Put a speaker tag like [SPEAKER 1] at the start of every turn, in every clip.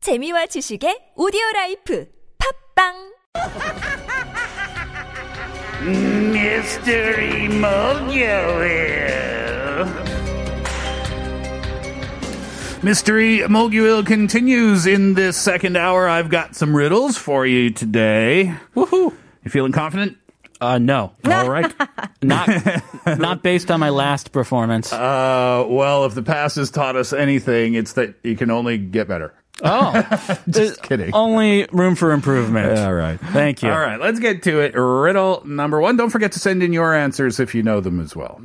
[SPEAKER 1] 재미와 지식의 오디오 라이프 팝빵!
[SPEAKER 2] Mr. Emoguil. Mystery Moguil continues in this second hour. I've got some riddles for you today.
[SPEAKER 3] Woohoo!
[SPEAKER 2] You feeling confident?
[SPEAKER 3] Uh, no.
[SPEAKER 2] All right.
[SPEAKER 3] Not not based on my last performance.
[SPEAKER 2] Uh, well, if the past has taught us anything, it's that you can only get better.
[SPEAKER 3] oh.
[SPEAKER 2] Just kidding.
[SPEAKER 3] Only room for improvement.
[SPEAKER 2] All right.
[SPEAKER 3] Thank you.
[SPEAKER 2] All right, let's get to it. Riddle number one. Don't forget to send in your answers if you know them as well.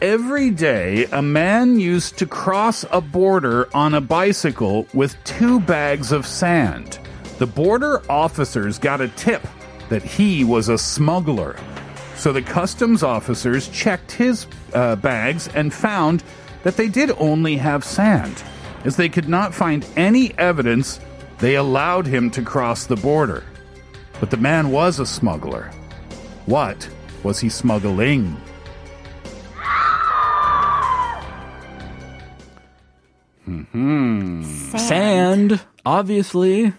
[SPEAKER 2] Every day, a man used to cross a border on a bicycle with two bags of sand. The border officers got a tip that he was a smuggler. So the customs officers checked his uh, bags and found that they did only have sand. As they could not find any evidence, they allowed him to cross the border. But the man was a smuggler. What was he smuggling?
[SPEAKER 3] Sand, obviously.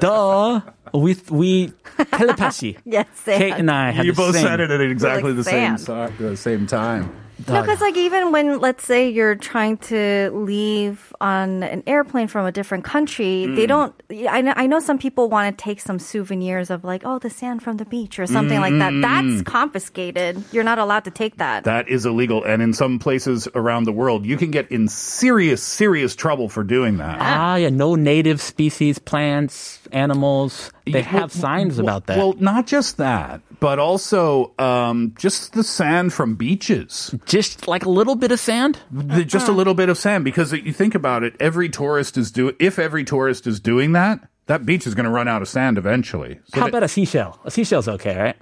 [SPEAKER 3] Duh. We we telepathy.
[SPEAKER 4] Yes, sand.
[SPEAKER 3] Kate and I had
[SPEAKER 2] you
[SPEAKER 3] the
[SPEAKER 2] both
[SPEAKER 3] same.
[SPEAKER 2] said it at exactly
[SPEAKER 4] Like
[SPEAKER 2] the same
[SPEAKER 4] sand.
[SPEAKER 2] so- the same time.
[SPEAKER 4] No, because like even when let's say you're trying to leave on an airplane from a different country, they
[SPEAKER 3] Mm.
[SPEAKER 4] don't. I know, I know some people want to take some souvenirs of like oh the sand from the beach or something like that. That's
[SPEAKER 3] Mm-hmm.
[SPEAKER 4] confiscated. You're not allowed to take that.
[SPEAKER 2] That is illegal, and in some places around the world, you can get in serious, serious trouble for doing that.
[SPEAKER 3] Ah, yeah, no native species, plants, animals. They
[SPEAKER 2] Yeah, well,
[SPEAKER 3] have signs
[SPEAKER 2] well,
[SPEAKER 3] about that.
[SPEAKER 2] Well, not just that, but also um, just the sand from beaches.
[SPEAKER 3] just like a little bit of sand.
[SPEAKER 2] The- Just a
[SPEAKER 3] Uh-huh.
[SPEAKER 2] little bit of sand, because you think about it, every tourist is do. If every tourist is doing that, that beach is going to run out of sand eventually. So
[SPEAKER 3] How
[SPEAKER 2] that-
[SPEAKER 3] about a seashell? A seashell's okay, right?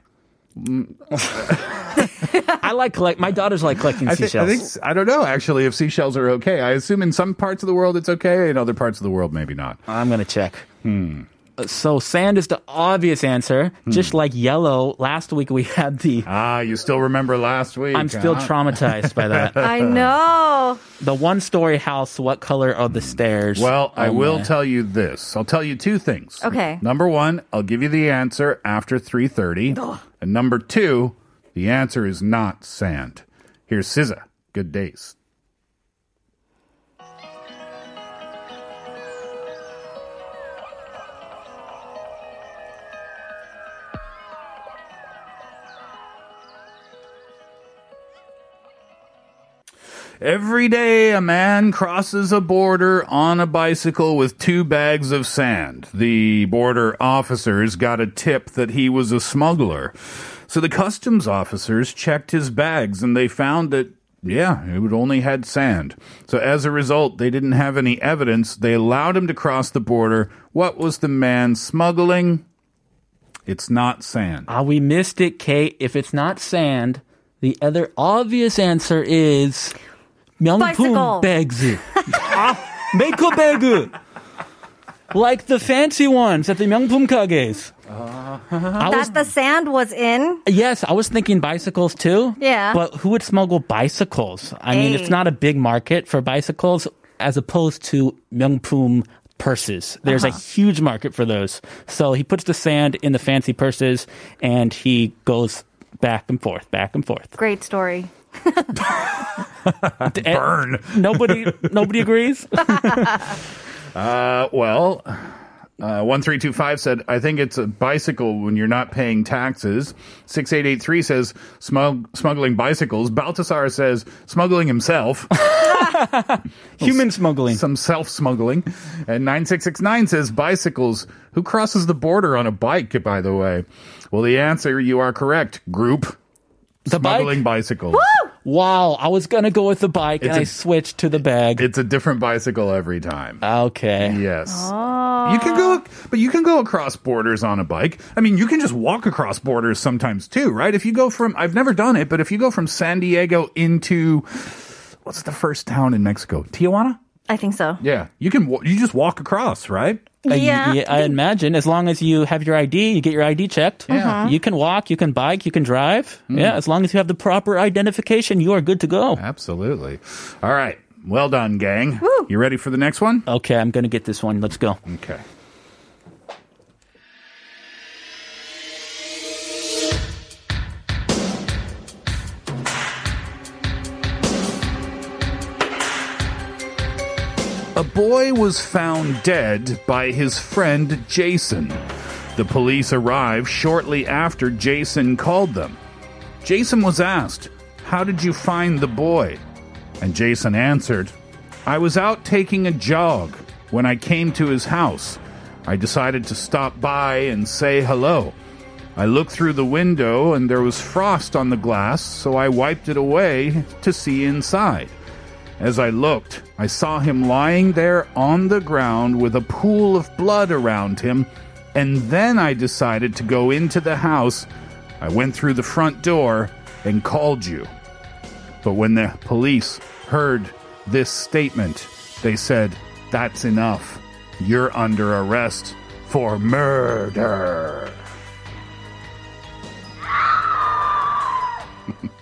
[SPEAKER 2] Mm.
[SPEAKER 3] I like collect. My daughters like collecting
[SPEAKER 2] I think, I
[SPEAKER 3] seashells.
[SPEAKER 2] think I don't know actually if seashells are okay. I assume in some parts of the world it's okay, in other parts of the world maybe not.
[SPEAKER 3] I'm gonna check. Uh, So sand is the obvious answer.
[SPEAKER 2] Hmm.
[SPEAKER 3] Just like yellow, last week we had the.
[SPEAKER 2] Ah, you still remember last week?
[SPEAKER 3] I'm still
[SPEAKER 2] huh?
[SPEAKER 3] traumatized by that.
[SPEAKER 4] I know.
[SPEAKER 3] the one-story house. What color are the stairs?
[SPEAKER 2] Well, I
[SPEAKER 3] Oh,
[SPEAKER 2] will
[SPEAKER 3] my.
[SPEAKER 2] tell you this. I'll tell you two things.
[SPEAKER 4] Okay.
[SPEAKER 2] Number one, I'll give you the answer after 3.30. and number two, the answer is not sand. Here's SZA. Good days. Every day, a man crosses a border on a bicycle with two bags of sand. The border officers got a tip that he was a smuggler. So the customs officers checked his bags and they found that, yeah, it would only had sand. So as a result, they didn't have any evidence. They allowed him to cross the border. What was the man smuggling? It's not sand.
[SPEAKER 3] Ah, we missed it, Kate. If it's not sand, the other obvious answer is
[SPEAKER 4] Bicycle.
[SPEAKER 3] 명품백즈. 아, 메이커백즈. Like the fancy ones at the 명품 가게's. I was,
[SPEAKER 4] That the sand was in.
[SPEAKER 3] yes, I was thinking bicycles too.
[SPEAKER 4] Yeah.
[SPEAKER 3] But who would smuggle bicycles? I mean,
[SPEAKER 4] Hey.
[SPEAKER 3] it's not a big market for bicycles as opposed to 명품 purses. There's a
[SPEAKER 4] Uh-huh.
[SPEAKER 3] huge market for those. So he puts the sand in the fancy purses and he goes back and forth, back and forth.
[SPEAKER 4] Great story.
[SPEAKER 2] Burn.
[SPEAKER 3] Nobody nobody agrees?
[SPEAKER 2] Uh, well, uh, 1325 said, I think it's a bicycle when you're not paying taxes. 6883 says, smug- smuggling bicycles. Baltasar says, smuggling himself.
[SPEAKER 3] Human smuggling.
[SPEAKER 2] Some self smuggling. And 9669 says, bicycles. Who crosses the border on a bike, by the way? Well, the answer, you are correct. Group.
[SPEAKER 3] The
[SPEAKER 2] Smuggling
[SPEAKER 3] bike?
[SPEAKER 2] bicycles.
[SPEAKER 3] Wow, I was going to go with the bike and
[SPEAKER 2] It's
[SPEAKER 3] I
[SPEAKER 2] a-
[SPEAKER 3] switched to the bag.
[SPEAKER 2] It's a different bicycle every time.
[SPEAKER 3] okay.
[SPEAKER 2] Yes. You can go, but you can go across borders on a bike. I mean, you can just walk across borders sometimes too, right? If you go from, I've never done it, but if you go from San Diego into, what's the first town in Mexico? Tijuana?
[SPEAKER 4] I think so.
[SPEAKER 2] Yeah, you can. wa- You just walk across, right?
[SPEAKER 3] Uh, y-
[SPEAKER 4] Yeah.
[SPEAKER 3] yeah, I imagine as long as you have your ID, you get your ID checked.
[SPEAKER 2] Yeah.
[SPEAKER 3] You can walk, you can bike, you can drive. Yeah, as long as you have the proper identification, you are good to go.
[SPEAKER 2] Absolutely. All right. Well done, gang. You ready for the next one?
[SPEAKER 3] Okay, I'm going to get this one. Let's go.
[SPEAKER 2] Okay. A boy was found dead by his friend Jason. The police arrived shortly after Jason called them. Jason was asked, How did you find the boy? And Jason answered, I was out taking a jog when I came to his house. I decided to stop by and say hello. I looked through the window and there was frost on the glass, so I wiped it away to see inside. As I looked, I saw him lying there on the ground with a pool of blood around him, and then I decided to go into the house. I went through the front door and called you. But when the police heard this statement, they said, That's enough. You're under arrest for murder.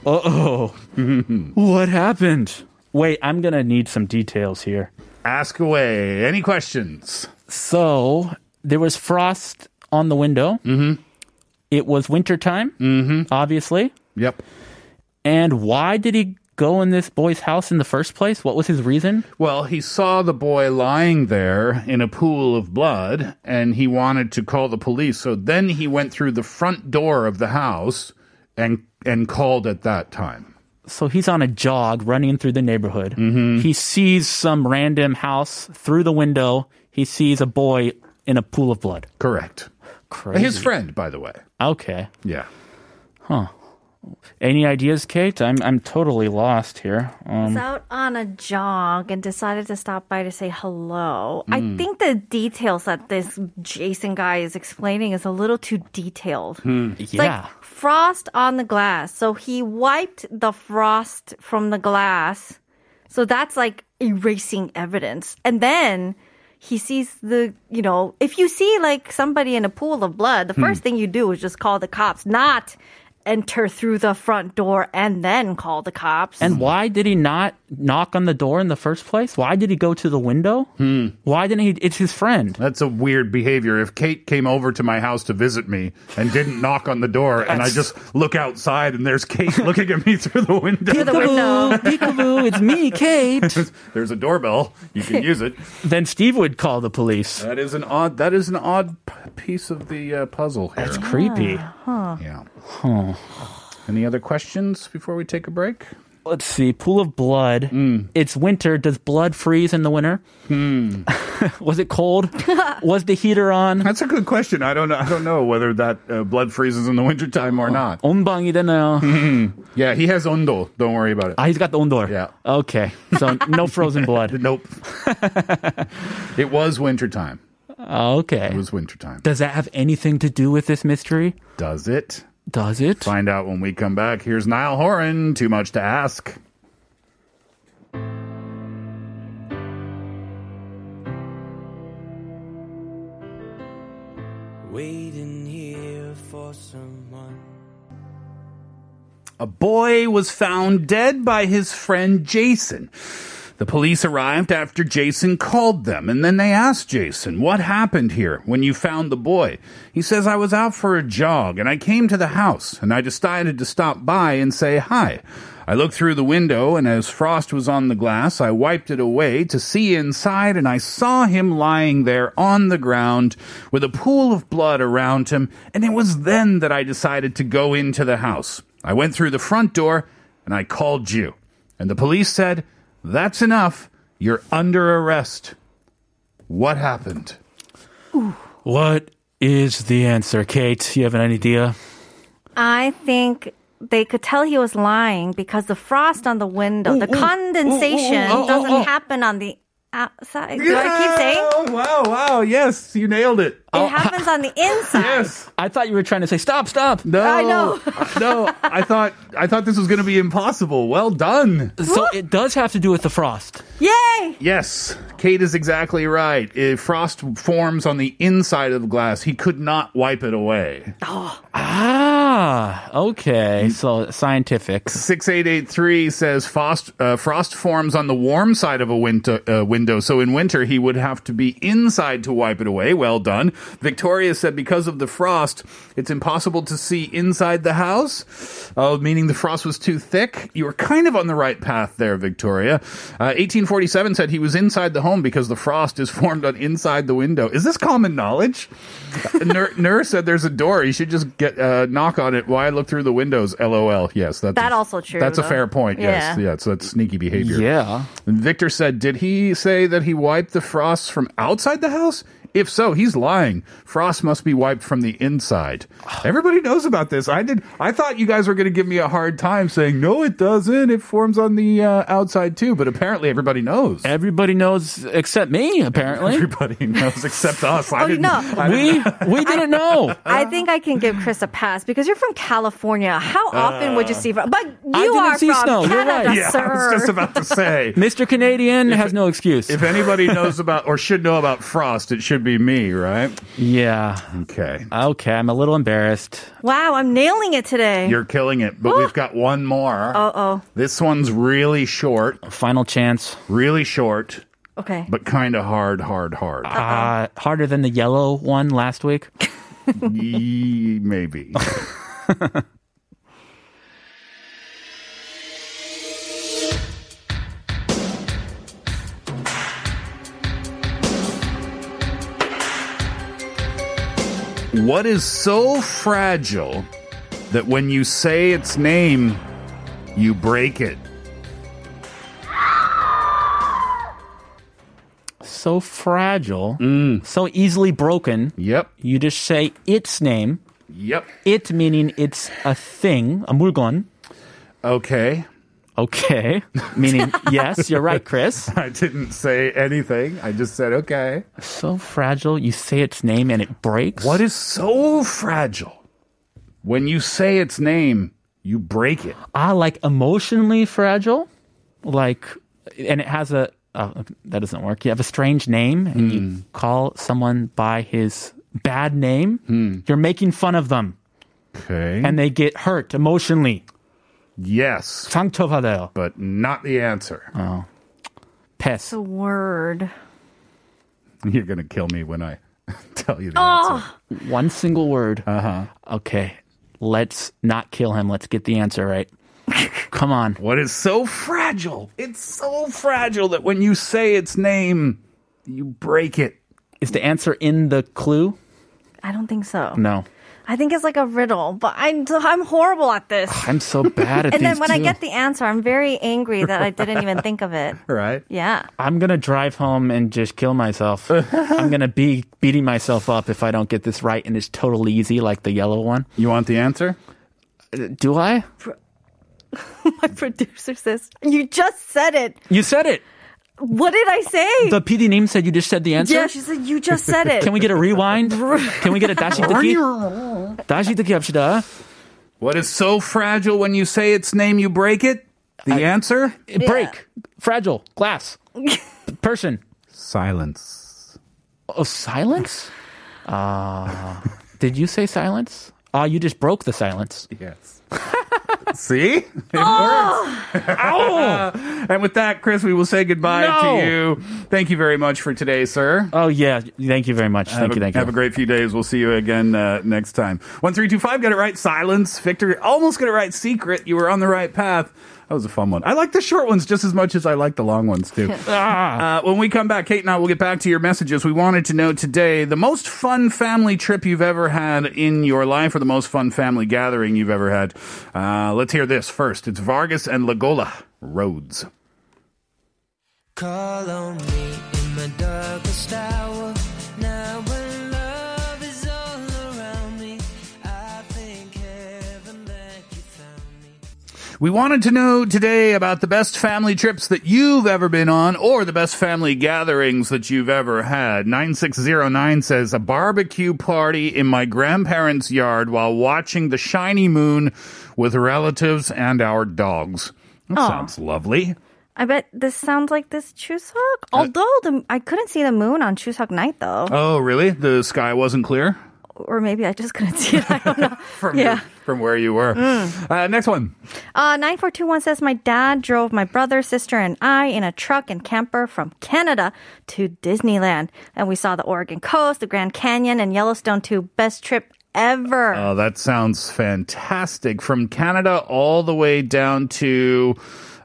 [SPEAKER 3] Uh oh. what happened? Wait, I'm going to need some details here.
[SPEAKER 2] Ask away. Any questions?
[SPEAKER 3] So there was frost on the window. Mm-hmm. It was wintertime, mm-hmm. obviously.
[SPEAKER 2] Yep.
[SPEAKER 3] And why did he go in this boy's house in the first place? What was his reason?
[SPEAKER 2] Well, he saw the boy lying there in a pool of blood and he wanted to call the police. So then he went through the front door of the house and and called at that time.
[SPEAKER 3] So he's on a jog running through the neighborhood. He sees some random house through the window. He sees a boy in a pool of blood.
[SPEAKER 2] Correct.
[SPEAKER 3] Crazy.
[SPEAKER 2] His friend, by the way.
[SPEAKER 3] okay.
[SPEAKER 2] Yeah.
[SPEAKER 3] Any ideas, Kate? I'm I'm totally lost here. Um,
[SPEAKER 4] was out on a jog and decided to stop by to say hello. I think the details that this Jason guy is explaining is a little too detailed. It's
[SPEAKER 3] Hmm. yeah.
[SPEAKER 4] Like frost on the glass. So he wiped the frost from the glass. So that's like erasing evidence. And then he sees the, you know, if you see like somebody in a pool of blood, the first thing you do is just call the cops, not enter through the front door and then call the cops.
[SPEAKER 3] And why did he not knock on the door in the first place? Why did he go to the window? Why didn't he? It's his friend.
[SPEAKER 2] That's a weird behavior. If Kate came over to my house to visit me and didn't knock on the door, and I just look outside and there's Kate looking at me through the window,
[SPEAKER 4] the window.
[SPEAKER 3] peekaboo, it's me, Kate.
[SPEAKER 2] there's a doorbell. You can use it.
[SPEAKER 3] then Steve would call the police.
[SPEAKER 2] That is an odd. That is an odd p- piece of the uh, puzzle here.
[SPEAKER 4] Ah.
[SPEAKER 3] That's creepy.
[SPEAKER 2] Yeah. Any other questions before we take a break?
[SPEAKER 3] Let's see. Pool of blood. It's winter. Does blood freeze in the winter? Was it cold? Was the heater on?
[SPEAKER 2] That's a good question. I don't know. I don't know whether that uh, blood freezes in the wintertime or not.
[SPEAKER 3] 온방이 되나요?
[SPEAKER 2] Yeah, he has ondo. Don't worry about it.
[SPEAKER 3] Ah, he's got the 온돌.
[SPEAKER 2] Yeah.
[SPEAKER 3] Okay. So no frozen blood.
[SPEAKER 2] Nope. it was wintertime. It
[SPEAKER 3] Okay.
[SPEAKER 2] was wintertime.
[SPEAKER 3] Does that have anything to do with this mystery?
[SPEAKER 2] Does it?
[SPEAKER 3] Does it?
[SPEAKER 2] Find out when we come back. Here's Niall Horan. Too much to ask.
[SPEAKER 5] Waiting here for someone.
[SPEAKER 2] A boy was found dead by his friend Jason. The police arrived after Jason called them, and then they asked Jason, What happened here when you found the boy? He says, I was out for a jog, and I came to the house, and I decided to stop by and say hi. I looked through the window, and as frost was on the glass, I wiped it away to see inside, and I saw him lying there on the ground with a pool of blood around him, and it was then that I decided to go into the house. I went through the front door, and I called you. And the police said, That's enough. You're under arrest. What happened?
[SPEAKER 3] What is the answer, Kate? You have an idea?
[SPEAKER 4] I think they could tell he was lying because the frost on the window, the condensation
[SPEAKER 3] ooh, oh, oh,
[SPEAKER 4] doesn't
[SPEAKER 3] oh.
[SPEAKER 4] happen on the outside. Do I keep saying?
[SPEAKER 2] Oh, wow, wow. Yes, you nailed it.
[SPEAKER 3] Oh.
[SPEAKER 4] It happens on the inside.
[SPEAKER 2] Yes.
[SPEAKER 3] I thought you were trying to say stop, stop.
[SPEAKER 2] No.
[SPEAKER 4] I know.
[SPEAKER 2] no, I thought I thought this was going to be impossible. Well done.
[SPEAKER 3] So it does have to do with the frost.
[SPEAKER 4] Yay!
[SPEAKER 2] Yes, Kate is exactly right. If frost forms on the inside of the glass, he could not wipe it away.
[SPEAKER 3] Ah, okay. So scientific.
[SPEAKER 2] 6883 says frost, uh, frost forms on the warm side of a window, uh, window, so in winter he would have to be inside to wipe it away. Well done. Victoria said because of the frost, it's impossible to see inside the house, uh, meaning the frost was too thick. You were kind of on the right path there, Victoria. Uh, 1847 said he was inside the home because the frost is formed on inside the window. Is this common knowledge? Nur, Nur said there's a door. You should just get uh, knock on it. Why look through the windows? LOL. Yes, that's
[SPEAKER 4] That also true,
[SPEAKER 2] That's a
[SPEAKER 4] though.
[SPEAKER 2] fair point. Yes,
[SPEAKER 4] Yeah.
[SPEAKER 2] yeah. So that's sneaky behavior.
[SPEAKER 3] Yeah.
[SPEAKER 2] And Victor said, did he say that he wiped the frost from outside the house? If so, he's lying. Frost must be wiped from the inside. Everybody knows about this. I did. I thought you guys were going to give me a hard time saying no, it doesn't. It forms on the uh, outside too. But apparently, everybody knows.
[SPEAKER 3] Everybody knows except me, apparently.
[SPEAKER 2] Everybody knows except us. I
[SPEAKER 4] Oh,
[SPEAKER 2] didn't.
[SPEAKER 4] no.
[SPEAKER 2] I didn't-
[SPEAKER 3] We we didn't know.
[SPEAKER 4] I think I can give Chris a pass because you're from California. How often would you see frost? But you
[SPEAKER 3] Uh, didn't
[SPEAKER 4] are
[SPEAKER 3] see
[SPEAKER 4] from
[SPEAKER 3] snow. You're
[SPEAKER 4] Canada,
[SPEAKER 3] right.
[SPEAKER 2] yeah,
[SPEAKER 4] sir.
[SPEAKER 2] I was just about to say.
[SPEAKER 3] Mr. Canadian has no excuse.
[SPEAKER 2] If anybody knows about or should know about frost, it should be me, right?
[SPEAKER 3] yeah.
[SPEAKER 2] Okay.
[SPEAKER 3] Okay, I'm a little embarrassed.
[SPEAKER 4] wow, I'm nailing it today.
[SPEAKER 2] You're killing it, but we've got one more. Uh
[SPEAKER 4] Uh-oh.
[SPEAKER 2] This one's really short,
[SPEAKER 3] Final chance.
[SPEAKER 2] really short,
[SPEAKER 4] okay.
[SPEAKER 2] but kind of hard, hard, hard.
[SPEAKER 3] Uh, harder than the yellow one last week.
[SPEAKER 2] Ye- Maybe. What is so fragile that when you say its name, you break it?
[SPEAKER 3] So fragile,
[SPEAKER 2] Mm.
[SPEAKER 3] so easily broken.
[SPEAKER 2] Yep.
[SPEAKER 3] You just say its name.
[SPEAKER 2] Yep.
[SPEAKER 3] It meaning it's a thing, a 물건.
[SPEAKER 2] Okay.
[SPEAKER 3] Okay, meaning yes, you're right, Chris.
[SPEAKER 2] I didn't say anything. I just said okay.
[SPEAKER 3] So fragile. You say its name and it breaks.
[SPEAKER 2] What is so fragile? When you say its name, you break it.
[SPEAKER 3] ah like emotionally fragile, like, and it has a oh, that doesn't work. You have a strange name and you call someone by his bad name. You're making fun of them
[SPEAKER 2] Okay.
[SPEAKER 3] and they get hurt emotionally.
[SPEAKER 2] yes,
[SPEAKER 3] 상처받아요.
[SPEAKER 2] but not the answer.
[SPEAKER 3] Pest.
[SPEAKER 4] The word.
[SPEAKER 2] You're going to kill me when I tell you the answer.
[SPEAKER 3] One single word. Uh huh. Okay. Let's not kill him. Let's get the answer right. Come on.
[SPEAKER 2] What is so fragile? It's so fragile that when you say its name, you break it.
[SPEAKER 3] Is the answer in the clue?
[SPEAKER 4] I don't think so.
[SPEAKER 3] No.
[SPEAKER 4] I think it's like a riddle, but I'm I'm horrible at this.
[SPEAKER 3] I'm so bad at these.
[SPEAKER 4] And then when I
[SPEAKER 3] too.
[SPEAKER 4] get the answer, I'm very angry that I didn't even think of it.
[SPEAKER 2] Right?
[SPEAKER 4] Yeah.
[SPEAKER 3] I'm gonna drive home and just kill myself. I'm gonna be beating myself up if I don't get this right, and it's totally easy, like the yellow one.
[SPEAKER 2] You want the answer?
[SPEAKER 3] Do I?
[SPEAKER 4] My producer says, You just said it.
[SPEAKER 3] You said it.
[SPEAKER 4] What did I say?
[SPEAKER 3] The PD name said you just said the answer.
[SPEAKER 4] yeah, she said, You just said it.
[SPEAKER 3] Can we get a rewind? Can we get a dashi 듣기? 다시 듣기 합시다.
[SPEAKER 2] What is so fragile when you say its name, you break it? The answer?
[SPEAKER 3] Break. Fragile. Glass. Person.
[SPEAKER 2] Silence.
[SPEAKER 3] Oh, silence. Uh, did you say silence? Ah, you just broke the silence.
[SPEAKER 2] Yes. See? It works. and with that, Chris, we will say goodbye
[SPEAKER 3] No.
[SPEAKER 2] to you. Thank you very much for today, sir.
[SPEAKER 3] Oh yeah. Thank you very much.
[SPEAKER 2] have
[SPEAKER 3] thank
[SPEAKER 2] a,
[SPEAKER 3] you. Thank
[SPEAKER 2] have
[SPEAKER 3] you.
[SPEAKER 2] a great few days. We'll see you again uh, next time. 1325, got it right. Silence. Victor almost got it right. Secret. You were on the right path. That was a fun one. I like the short ones just as much as I like the long ones, too. Uh, when we come back, Kate and I will get back to your messages. We wanted to know today the most fun family trip you've ever had in your life or the most fun family gathering you've ever had. Uh, let's hear this first. It's Vargas and Lagola Roads.
[SPEAKER 5] Call on me in my darkest hour. Now when love is all around me, I think heaven that you found me.
[SPEAKER 2] We wanted to know today about the best family trips that you've ever been on or the best family gatherings that you've ever had. 9609 says a barbecue party in my grandparents' yard while watching the shiny moon with relatives and our dogs. That sounds lovely.
[SPEAKER 4] I bet this sounds like this Chuseok.
[SPEAKER 3] Uh,
[SPEAKER 4] Although the, I couldn't see the moon on Chuseok night though,
[SPEAKER 2] Oh, really? The sky wasn't clear?
[SPEAKER 3] Oh.
[SPEAKER 4] or maybe I just couldn't see it. I don't know.
[SPEAKER 2] From,
[SPEAKER 4] Yeah.
[SPEAKER 2] from where you were. Uh, next one.
[SPEAKER 4] Uh, 9421 says, My dad drove my brother, sister, and I in a truck and camper from Canada to Disneyland. And we saw the Oregon coast, the Grand Canyon, and Yellowstone too. Best trip ever.
[SPEAKER 2] Oh, that sounds fantastic. From Canada all the way down to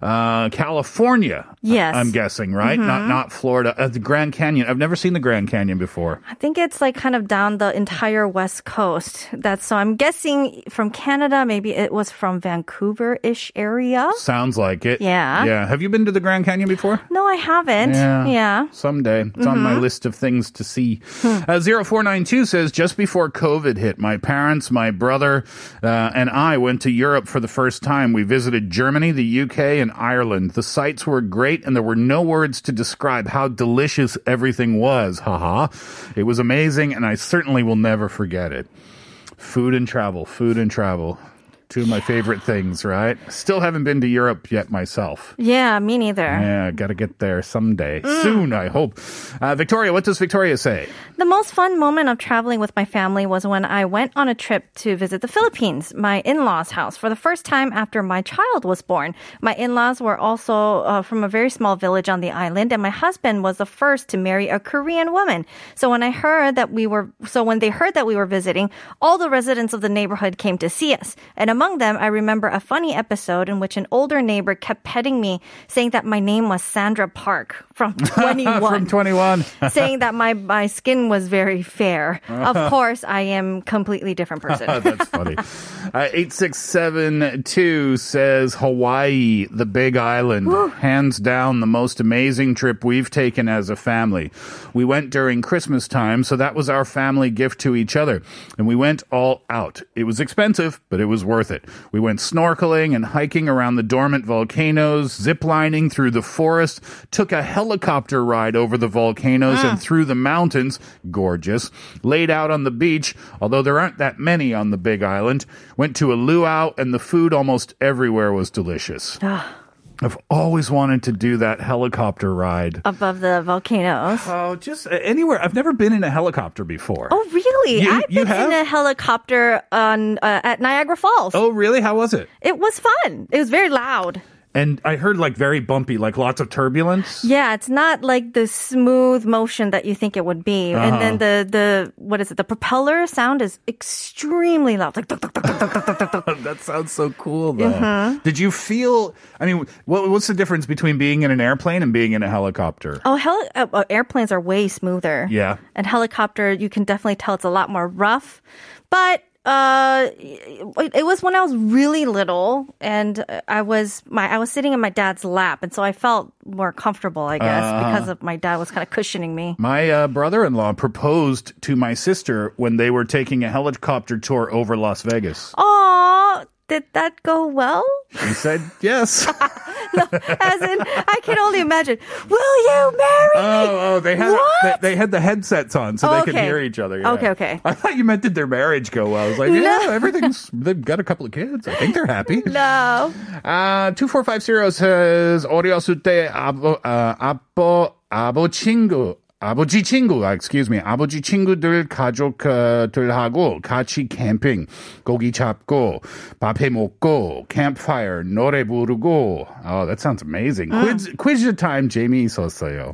[SPEAKER 2] uh, California. I-
[SPEAKER 4] Yes. Mm-hmm.
[SPEAKER 2] I'm guessing, right? Not not Florida. Uh, the Grand Canyon. I've never seen the Grand Canyon before.
[SPEAKER 4] I think it's like kind of down the entire West Coast. That's so I'm guessing from Canada, maybe it was from Vancouver ish area.
[SPEAKER 2] Sounds like it.
[SPEAKER 4] Yeah.
[SPEAKER 2] Yeah. Have you been to the Grand Canyon before?
[SPEAKER 4] No, I haven't. yeah.
[SPEAKER 2] Someday. It's on my list of things to see. Uh, 0492 says Just before COVID hit, my parents, my brother, uh, and I went to Europe for the first time. We visited Germany, the UK, and Ireland. The sights were great, and there were no words to describe how delicious everything was. Haha. It was amazing, and I certainly will never forget it. Food and travel, food and travel. Two of my favorite things, right? Still haven't been to Europe yet myself.
[SPEAKER 4] Yeah, me neither.
[SPEAKER 2] Yeah, gotta get there someday. Soon, I hope. Uh, Victoria, what does Victoria say?
[SPEAKER 4] The most fun moment of traveling with my family was when I went on a trip to visit the Philippines, my in law's house, for the first time after my child was born. My in laws were also uh, from a very small village on the island, and my husband was the first to marry a Korean woman. So when I heard that we were, so when they heard that we were visiting, all the residents of the neighborhood came to see us. And among them, I remember a funny episode in which an older neighbor kept petting me, saying that my name was Sandra Park from 21
[SPEAKER 2] From 21.
[SPEAKER 4] saying that my, my skin was very fair. Of course, I am completely different person.
[SPEAKER 2] Oh, That's funny. Uh, 8672 says Hawaii, the big island. Hands down, the most amazing trip we've taken as a family. We went during Christmas time, so that was our family gift to each other. And we went all out. It was expensive, but it was worth it. We went snorkeling and hiking around the dormant volcanoes, zip lining through the forest, took a helicopter ride over the volcanoes and through the mountains. Gorgeous. Laid out on the beach, although there aren't that many on the big island. Went to a luau, and the food almost everywhere was delicious. I've always wanted to do that helicopter ride.
[SPEAKER 4] Above the volcanoes.
[SPEAKER 2] Oh, just uh, anywhere. I've never been in a helicopter before.
[SPEAKER 4] Oh, really?
[SPEAKER 2] You-
[SPEAKER 4] I've
[SPEAKER 2] you
[SPEAKER 4] been
[SPEAKER 2] have?
[SPEAKER 4] in a helicopter on uh, at Niagara Falls.
[SPEAKER 2] Oh, really? How was it?
[SPEAKER 4] It was fun. It was very loud.
[SPEAKER 2] And I heard like very bumpy, like lots of turbulence.
[SPEAKER 4] Yeah, it's not like the smooth motion that you think it would be. And then
[SPEAKER 2] Uh-huh.
[SPEAKER 4] the the what is it? The propeller sound is extremely loud. Like tuk, tuk, tuk, tuk, tuk, tuk, tuk, tuk, tuk.
[SPEAKER 2] That sounds so cool, though.
[SPEAKER 4] Uh-huh.
[SPEAKER 2] Did you feel? I mean, what, what's the difference between being in an airplane and being in a helicopter?
[SPEAKER 4] Oh, heli- uh, uh, airplanes are way smoother.
[SPEAKER 2] Yeah.
[SPEAKER 4] And helicopter, you can definitely tell it's a lot more rough. But uh, it, it was when I was really little, and uh, I was my I was sitting in my dad's lap, and so I felt more comfortable, I guess, because of my dad was kind of cushioning me.
[SPEAKER 2] My uh, brother-in-law proposed to my sister when they were taking a helicopter tour over Las Vegas.
[SPEAKER 4] Aw, did that go well?
[SPEAKER 2] He said yes.
[SPEAKER 4] As in, I can only imagine. Will you marry me?
[SPEAKER 2] Oh, oh, they had they,
[SPEAKER 4] What?
[SPEAKER 2] they had the headsets on, so they could
[SPEAKER 4] Okay.
[SPEAKER 2] hear each other. yeah.
[SPEAKER 4] Okay, okay.
[SPEAKER 2] I thought you meant did their marriage go well. I was like, yeah,
[SPEAKER 4] No.
[SPEAKER 2] everything's. They've got a couple of kids. I think they're happy.
[SPEAKER 4] No.
[SPEAKER 2] Uh, 2450 says, uh, 어렸을 때 아버, 아, 아빠, 아버 친구, 아버지 친구, 아, uh, excuse me, 아버지 친구들 uh, 가족들하고 같이 캠핑, 고기 잡고, 밥해 먹고, campfire, 노래 부르고. Oh, that sounds amazing. Quiz, quiz time 재미있었어요.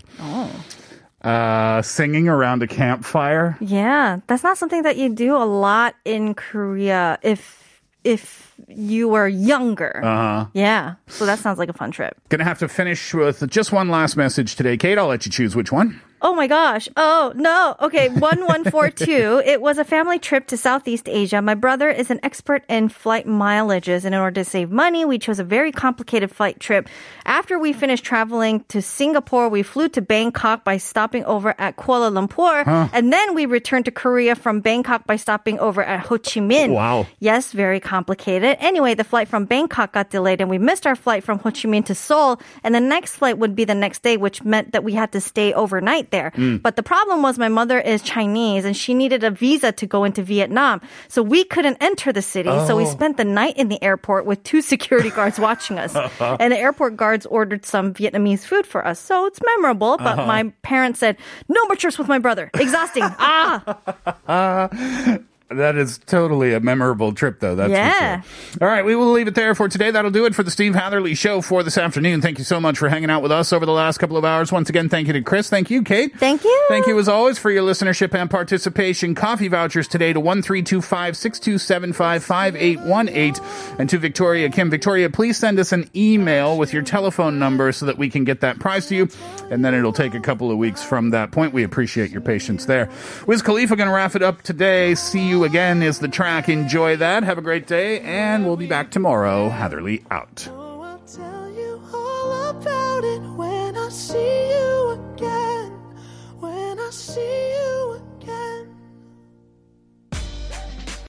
[SPEAKER 2] Uh, singing around a campfire.
[SPEAKER 4] Yeah, that's not something that you do a lot in Korea if if you were younger. Uh-huh. Yeah, so that sounds like a fun trip.
[SPEAKER 2] Gonna have to finish with just one last message today. Kate, I'll let you choose which one.
[SPEAKER 4] Oh my gosh. Oh no. Okay, 1142. it was a family trip to Southeast Asia. My brother is an expert in flight mileages, and in order to save money, we chose a very complicated flight trip. After we finished traveling to Singapore, we flew to Bangkok by stopping over at Kuala Lumpur, and then we returned to Korea from Bangkok by stopping over at Ho Chi Minh.
[SPEAKER 2] Wow.
[SPEAKER 4] Yes, very complicated. Anyway, the flight from Bangkok got delayed and we missed our flight from Ho Chi Minh to Seoul. And the next flight would be the next day, which meant that we had to stay overnight there. But the problem was my mother is Chinese and she needed a visa to go into Vietnam. So we couldn't enter the city. So we spent the night in the airport with two security guards watching us. And the airport guards ordered some Vietnamese food for us. So it's memorable. But my parents said, no more trips with my brother. Exhausting. ah.
[SPEAKER 2] That is totally a memorable trip, though. That's
[SPEAKER 4] Yeah.
[SPEAKER 2] for sure. All right, we will leave it there for today. That'll do it for the Steve Hatherley Show for this afternoon. Thank you so much for hanging out with us over the last couple of hours. Once again, thank you to Chris. Thank you, Kate.
[SPEAKER 4] Thank you.
[SPEAKER 2] Thank you, as always, for your listenership and participation. Coffee vouchers today to 1325-627-5818. And to Victoria Kim. Victoria, please send us an email with your telephone number so that we can get that prize to you. And then it'll take a couple of weeks from that point. We appreciate your patience there. Wiz Khalifa going to wrap it up today. See you again is the track. Enjoy that. Have a great day. And we'll be back tomorrow. Hatherley out.
[SPEAKER 5] Oh, I'll tell you all about it when I see